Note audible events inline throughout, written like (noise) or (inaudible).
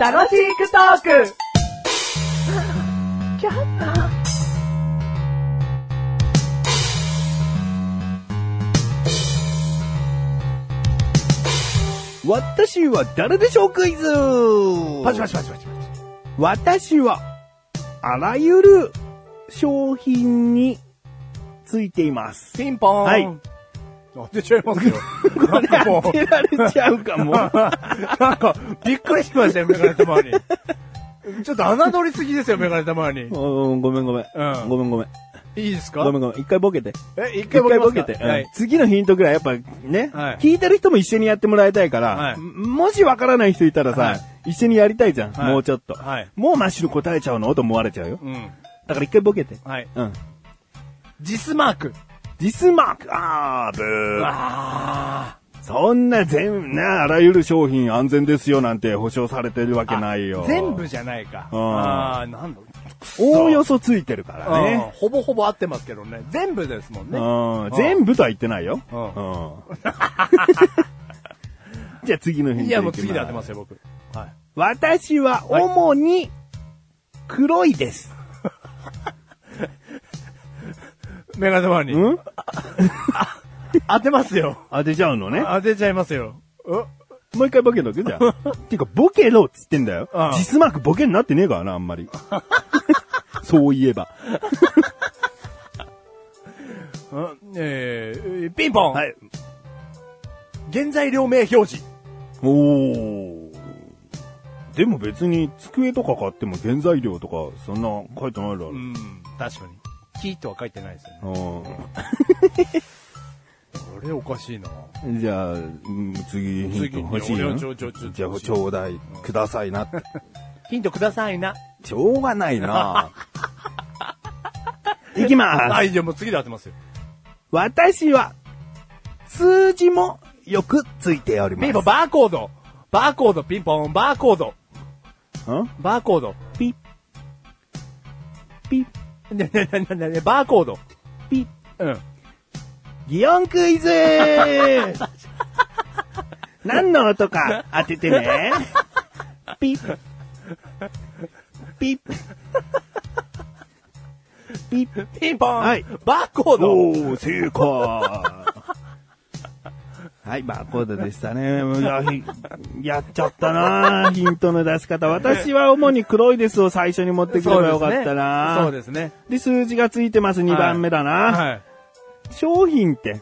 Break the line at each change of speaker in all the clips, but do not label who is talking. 楽しくトーク
私は誰でしょうクイズ
パチパチパチパチパチ。
私は、あらゆる商品についています。
ピンポーン。
はい。
当てちゃいま
(laughs)
すよ。なんかも
当てられちゃうかも。
う、なんか、びっくりしましたよ、メガネたまに。 (laughs) ちょっと侮りすぎですよ、メガネたまに。
うんごめんごめん。
うん
ごめんごめん。
いいですか
ごめんごめん。一回ボケて。
え、一
一
回ボケ
回
ま
ボ
すか
ケて。
は
う
い
ん。次のヒントぐらいやっぱね、
はい
聞いてる人も一緒にやってもらいたいから、
はい
もしわからない人いたらさ、
は
一緒にやりたいじゃん。
はい
もうちょっと。
はい
もうマッシュル答えちゃうのと思われちゃうよ。
うん。
だから一回ボケて。
はい。
うん。
ジスマーク。
ディスマークあーブー。
あ
そんな全、ね、あらゆる商品安全ですよなんて保証されてるわけないよ。
全部じゃないか。
うん
ああ、なんだろ
おおよそついてるから
ううん
ね。
ほぼほぼ合ってますけどね。全部ですもん
う
ね。
ん。
ん
全部とは言ってないよ。
う
うん。 (laughs) じゃあ次のヒントいきます。
いや、もう次で当てますよ、僕。はい。
私は主に黒いです。
メガネ玉に。
うん
当てますよ。
当てちゃうのね。
当てちゃいますよ。う
もう一回ボケとくじ
(laughs)
ゃん。ていうか、ボケろっつってんだよ
うん。
実マークボケになってねえからな、あんま
(laughs)
り。そういえば。
うんえー、ピンポン、
はい。
原材料名表示。
おー。でも別に机とか買っても原材料とかそんな書いてないだろ。うん。
ん、確かに。木とは書いてないですよね。これおかしいな。
じゃあ、うん次ヒント欲しい
次
の
俺はちょちょちょ
じゃあ、ちょうだい、くださいなって。
ヒントくださいな。
しょうがない
(laughs)
ないきます。
はい、じゃあもう次で当てますよ。
私は、数字もよくついております。
ピンポン、バーコード。バーコード、ピンポン、バーコード。
ん
バーコード。
ピッ、ピッ、
ねねねねねね、バーコード。
ピッ。
うん。
擬音ク
(laughs)
イズ何の音か当ててね。ピッ、ピッ、ピッ。
ピンポン。
はい
バーコード。
おー、正解はい、バーコードでしたね。いやひやっちゃったなヒントの出し方。私は主に黒いですを最初に持ってくればよかったな
そうですね。
で数字がついてます、2番目だな、
はい。
商品っ
(laughs)
て。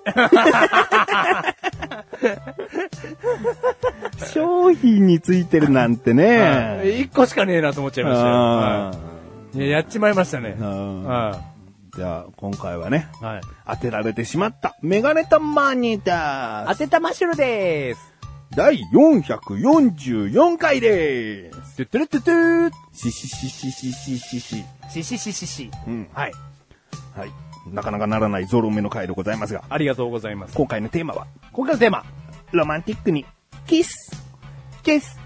商品についてるなんてね。
はい一個しかねえなと思っちゃいましたよ。
あ
は
ー
いいややっちまいましたね。
うん
は
じゃあ、今回はね、
いはい。
当てられてしまったメガネタマニーだ
当てたマッシュルでーす。
第444回でーす。
トゥットゥルットゥットゥー
しししししししし。
シシシシシ。
うん。
はい。
はい。なかなかならないゾロ目の回でございますが、
ありがとうございます。
今回のテーマは、
今回のテーマ。
ロマンティックに、キス。キス。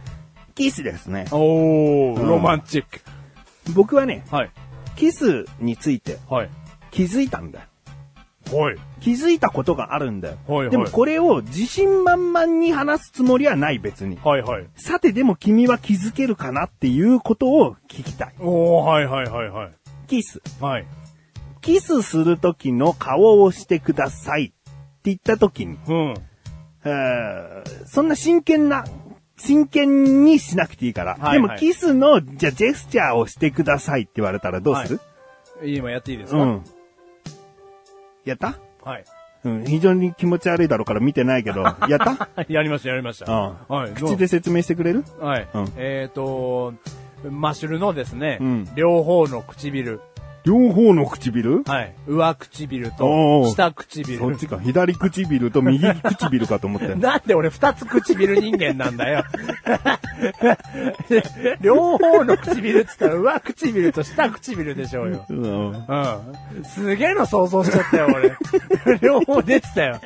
キスですね。
おー、
うん
ロマンチック。
僕はね、
はい。
キスについて
はい。
気づいたんだよ。
はい。
気づいたことがあるんだよ。
はいはい
でもこれを自信満々に話すつもりはない別に。
はいはい。
さてでも君は気づけるかなっていうことを聞きたい。
おー、はいはいはいはい。
キス。
はい。
キスするときの顔をしてくださいって言ったときに、
うん。
えーそんな真剣な、真剣にしなくていいから。
はいはい
でもキスの、じゃあジェスチャーをしてくださいって言われたらどうする、
今やっていいですか
うん。やった
はい。
うん、非常に気持ち悪いだろうから見てない
(laughs)
けど、やった
やりましたやりました。
う
はい。
ん。口で説明してくれる
どう。はい
うん。
えーと、マッシュルのですね
うん、
両方の唇。
両方の唇
はい。上唇
お
と
ー
下
そっ
唇。
ちか。左唇と右唇かと思ったよ。
(laughs) なんで俺二つ唇人間なんだよ。 (laughs) 両方の唇って言ったら上唇と下唇でしょうよ。
うん
うん。すげえの想像しちゃったよ、俺。 (laughs) 両方出てたよ。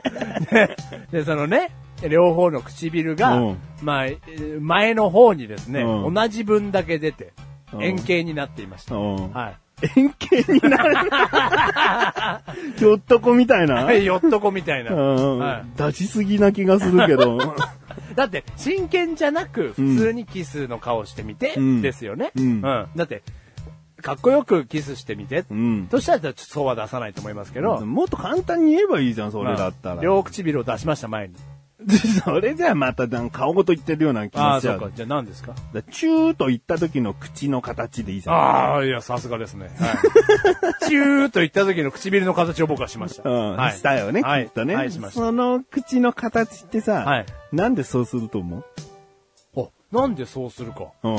で、でそのね、両方の唇が、
うん
まあ、えー前の方にですね、
うん
同じ分だけ出て、
うん
円形になってい (laughs) ました。
うん
は
円形にな
(laughs)
る。ひょっとこみたいな。
い。よっとこみたいな。
うん
はい (laughs)
出しすぎな気がするけど。
だって、真剣じゃなく、普通にキスの顔してみて、
うん
ですよね、
うん
だって、かっこよくキスしてみて、
うん
としたら、ちょっとそうは出さないと思いますけど、
もっと簡単に言えばいいじゃん、そ
まあ
れだったら。
両唇を出しました、前に。
(laughs) それじゃあまたなんか顔ごと言ってるような気
あ
が
あ、
しち
そ
ゃ
うか
う。。
じゃあ何ですか
だチューと言った時の口の形でいいじゃん。
ああ、いや、さすがですね。
(laughs)
はい。チューと言った時の唇の形を僕はしました。
うん、
はい。
したよね、
はい
きっとね、
はい、しました。
その口の形ってさ、
はい
なんでそうすると思
あ、なんでそうするか。
ううん。
ああ、い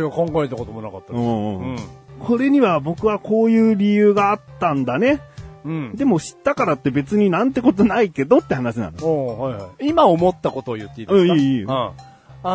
や、考えたこともなかったで
う
す。
んうん
うん
これには僕はこういう理由があったんだね。
うん。
でも知ったからって別になんてことないけどって話なの。
おうはいはい、今思ったことを言っていいですか
うんいいいい
うん。あ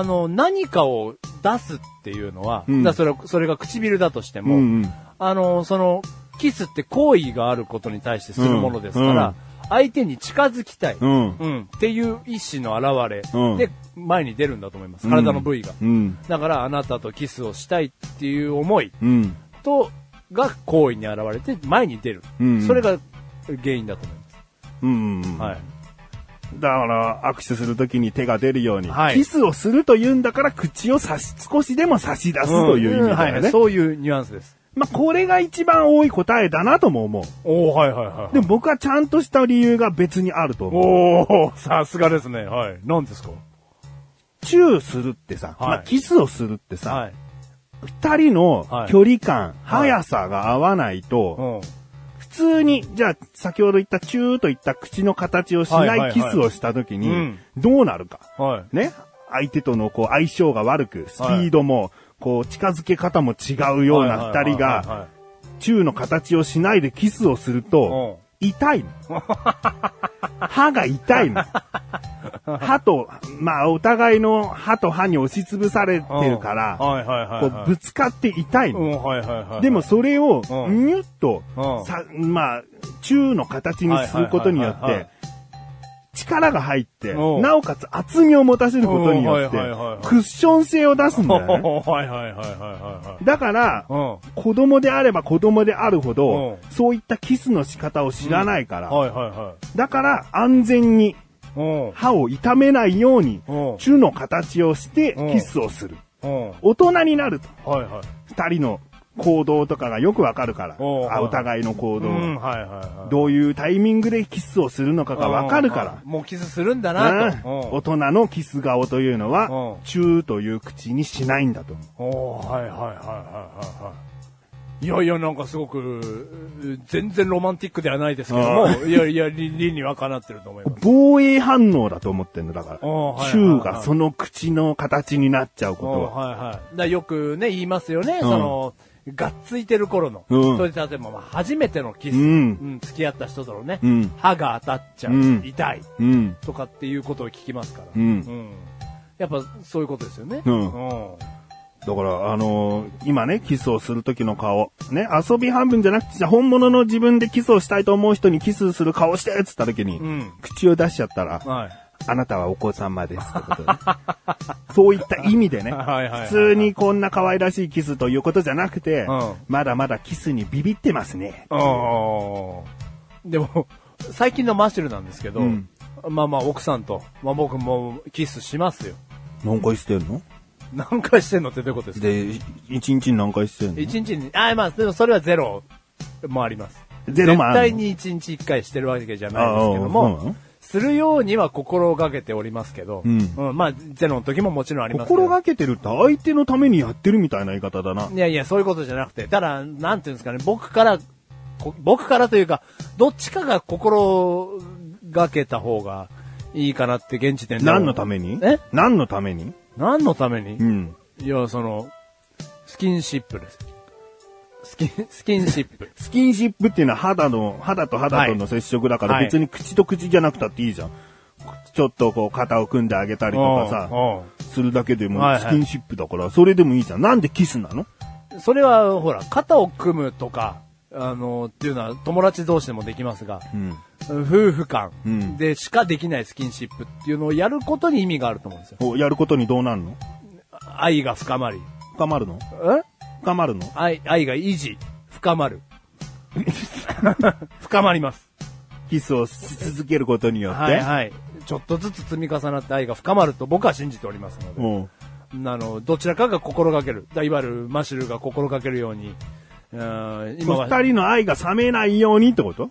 の、何かを出すっていうのは、
うん
だそれそれが唇だとして
う
も、
んうん。
あの、その、キスって好意があることに対してするものですから、相手に近づきたい、
うん。
っていう意志の表
う
れ
ん
で、前に出るんだと思います。体の部位が。
うん。
だから、あなたとキスをしたいっていう思い
うん。
と、が好意に現れて前に出る。
うん
それが原因だと思います。
うん。うん
はい。
だから、握手するときに手が出るように、
はい
キスをすると言うんだから、口を差し、少しでも差し出すという意味だ
ん
よ
は
ね
い。そういうニュアンスです。
まあ、これが一番多い答えだなとも思う。
おおはいはいはい。
でも僕はちゃんとした理由が別にあると思う。
おおさすがですね。はい。何ですか
チューするってさ、
はい
まあ、キスをするって
は
さ、
い。
二、人の距離感、
はい
速さが合わないと、
うん。
普通に、じゃあ先ほど言ったチューといった口の形をし
はいはい
な
はい
いキスをした時
う
に
ん、
どうなるか。
はい。
ね、相手とのこう相性が悪く、スピードも、こう近づけ方も違うような二人
はいはい
が、
はい
チューの形をしないでキスをすると、痛いの。歯が痛いの。歯と、まあお互いの歯と歯に押しつぶされ
はい。
てるから、
はいはいはい
こ
は
う
い。
ぶつかって痛いの
う。ん、はいはいはい。
でも、それを、
うん
ニュッと
うん、
さ、まあ、中の形にすることによっ
はいはいはい
て
は、
力が入って、
うん
なおかつ厚みを持たせることによっ
うんはいはいはいはい
て、クッション性を出すんだよね。
おー (laughs) はいはいはいはいはいはい。
だから、
うん。は
子供であれば子供であるほど
う、
そういったキスの仕方を知らないから、
いはいは
だから安全に
い。うん。
歯を痛めないように
うん、
中の形をして
うん
キスをする。
うん。
大人になると、
はいはい。
二人の行動とかがよくわかるから、
おう
あお互いの行
う
動が
ん、はいはいはい。
どういうタイミングでキスをするのかがわかるか
うん。もうキスするんだ
ら。
な
うん
と。
大人のキス顔というのは
う、ん
チューという口にしないんだと思
おおはいはいはいはいはいはい。いやいや、なんかすごく、う全然ロマンティックではないですけども、いやいや、り理にはかなってると思います
う。。防衛反応だと思ってんの、だから。チ
おーはいはいはい
ューがその口の形になっちゃうこと
おー
は。
はいはい。だからよくね、言いますよね、
うん
その、がっついてる頃の。
うん
それで例えば、まあ初めてのキス、
うん
うん付き合った人とのね、
うん
歯が当たっちゃう、
うん
痛い、
うん。
とかっていうことを聞きますから。
うん
やっぱ、そういうことですよね。
うん
うん
だから、あのー今ね、キスをする時の顔。ね、遊び半分じゃなくて、本物の自分でキスをしたいと思う人にキスする顔してっつった時に、
うん
口を出しちゃったら、
はい。
あなたはお子様ですってことで。 (laughs) そういった意味でね、
(laughs) はいはいはいは
普
い
通にこんな可愛らしいキスということじゃなくて、
うん
まだまだキスにビビってますね。
うん。でも、最近のマシュルなんですけど、
うん
まあまあ奥さんと、まあ僕もキスしますよ。
何回してんの
何回してんのってどういうことですか
で、一日に何回してんの
一日に、あまあでもそれはゼロもあります。
ゼロもあ
絶
んの
対に一日一回してるわけじゃないですけど
ああそうな
も
の、
するようには心がけておりますけど、
うん
まあゼロの時ももちろんありますけど。
心がけてるって相手のためにやってるみたいな言い方だな。
いやいや、そういうことじゃなくて、ただ、なんていうんですかね、僕から、こ僕からというか、どっちかが心がけた方がいいかなって現時点で。
何のために
え
何のために
何のために、
うん。。
いや、その、スキンシップです。スキン、スキンシップ (laughs)
スキンシップっていうのは肌の、肌と肌との接触だから
はい
別に口と口じゃなくたっていいじゃん。ちょっとこう肩を組んであげたりとかさ、
う
するだけでも
はいはい
スキンシップだから、それでもいいじゃん。なんでキスなの
んうんそれは、ほら、肩を組むとか、あの、っていうのは友達同士でもできますが、
うん。
夫婦間
ん
でしかできないスキンシップっていうのをやることに意味があると思うんですよ。
やることにどうなんの
愛が深まり。
深まるの
え
深まるの
愛、愛が維持、深まる。深まります。
キスをし続けることによって。
はいはい。ちょっとずつ積み重なって愛が深まると僕は信じておりますので。
うん。
あの、どちらかが心がける。だいわゆるマシュルが心がけるように。うん今は
二人の愛が冷めないようにってこと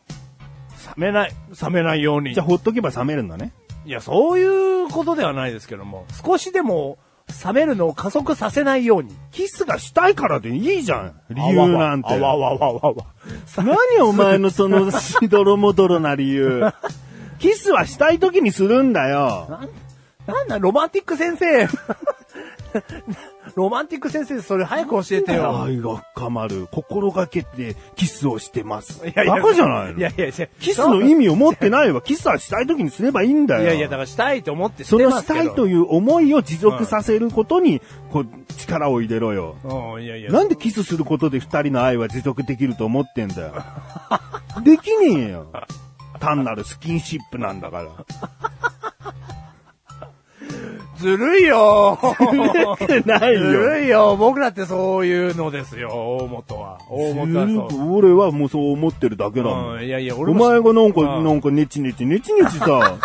冷めない、冷めないように。
じゃあ、ほっとけば冷めるんだね。
いや、そういうことではないですけども、少しでも冷めるのを加速させないように。
キスがしたいからでいいじゃん。理由なんて。
あわわわわわわ。
何お前のそのしどろもどろな理
(laughs)
由。キスはしたい時にするんだよ。
なん、なんだ、ロマンティック先生。ロマンティック先生、それ早く教えてよ。
愛が深まる。心がけてキスをしてます。
いやいや
バカじゃないの
いやいや、いや
キスの意味を持ってないわ。キスはしたい時にすればいいんだよ。
いやいや、だからしたいと思ってし
そ
て
の
ま
し
すけど。
たいという思いを持続させることに、こう、力を入れろよ。
うん、いやいや。
なんでキスすることで二人の愛は持続できると思ってんだよ。できねえよ。単なるスキンシップなんだ
(laughs)
から。
ずるいよ
な
ずるいよ僕らってそういうのですよ、大本は。大本はそう。
俺はもうそう思ってるだけなの。
うん、いやいや、俺
お
も
前がなんか、
うん
なんかネチネチネチネチ
(laughs)
さ、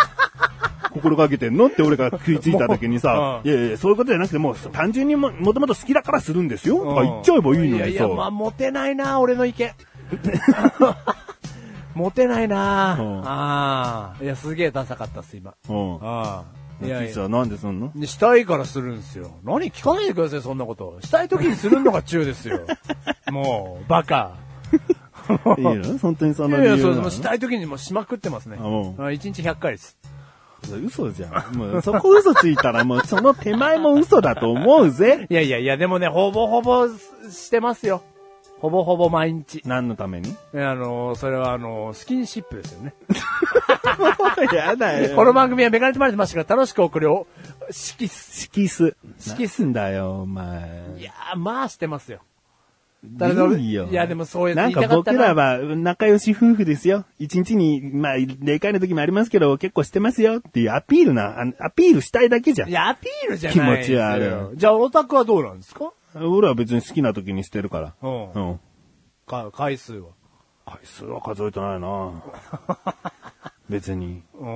心がけてんのって俺が食いついた時にさ、
もう
いやいや、そういうことじゃなくてもう単純にももともと好きだからするんですよとか言っちゃえばいいの
や
に
い
さ
や、。まあ、モテないな、俺の意
(laughs)
見。モテないな、
うん
ああ。いや、すげえダサかったっす、今。
うん。
ああ。いやい
キス
や。
はなんで
(laughs)
そんの
でしたいからするんですよ。何聞かないでください、そんなこと。したい時にするのが中で
(laughs)
すよ。もう、バカ。
いいの本当にそ
い
の
や
理
い
由
や、そう
な
そ
の
う、したい時にもうしまくってますね。
あもう
あ一日100回です。
嘘じゃん。もうそこ嘘ついたらもうその手前も嘘だと思うぜ。
いやいやいや、でもね、ほぼほぼしてますよ。ほぼほぼ毎日。
何のために (laughs)
えあの、それはあの、スキンシップですよね。
やだ
この番組はメガネとマリとマシュが楽しく送るお、色す。
色素。
色
素んだよ、お前。
いやー、まあしてますよ。
いいよ。
いや、でもそうやって
な
言
ん
いた
か
かった
僕ら
な。
は仲良し夫婦ですよ。一日に、まあ、0回の時もありますけど、結構してますよっていうアピールな、あアピールしたいだけじゃ
い
ん。
や、アピールじゃないですよ。
気持ち悪
い。じゃあ、オタクはどうなんですか
俺は別に好きな時にしてるから。
うん
うん。
か、回数は。
回数は数えてないな別に。
う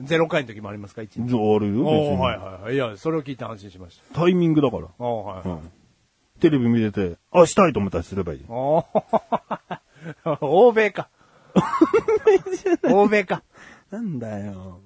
ん。ゼロ回の時もありますか一日。
あるよ、別
おー
に。
はいはいはい。いや、それを聞いて安心しまし
タイミングだから。
た。おーはいはい。
うん。テレビ見てて、あ、したいと思ったらすればいい。
おー (laughs) 欧米か。欧米か。
なんだよ。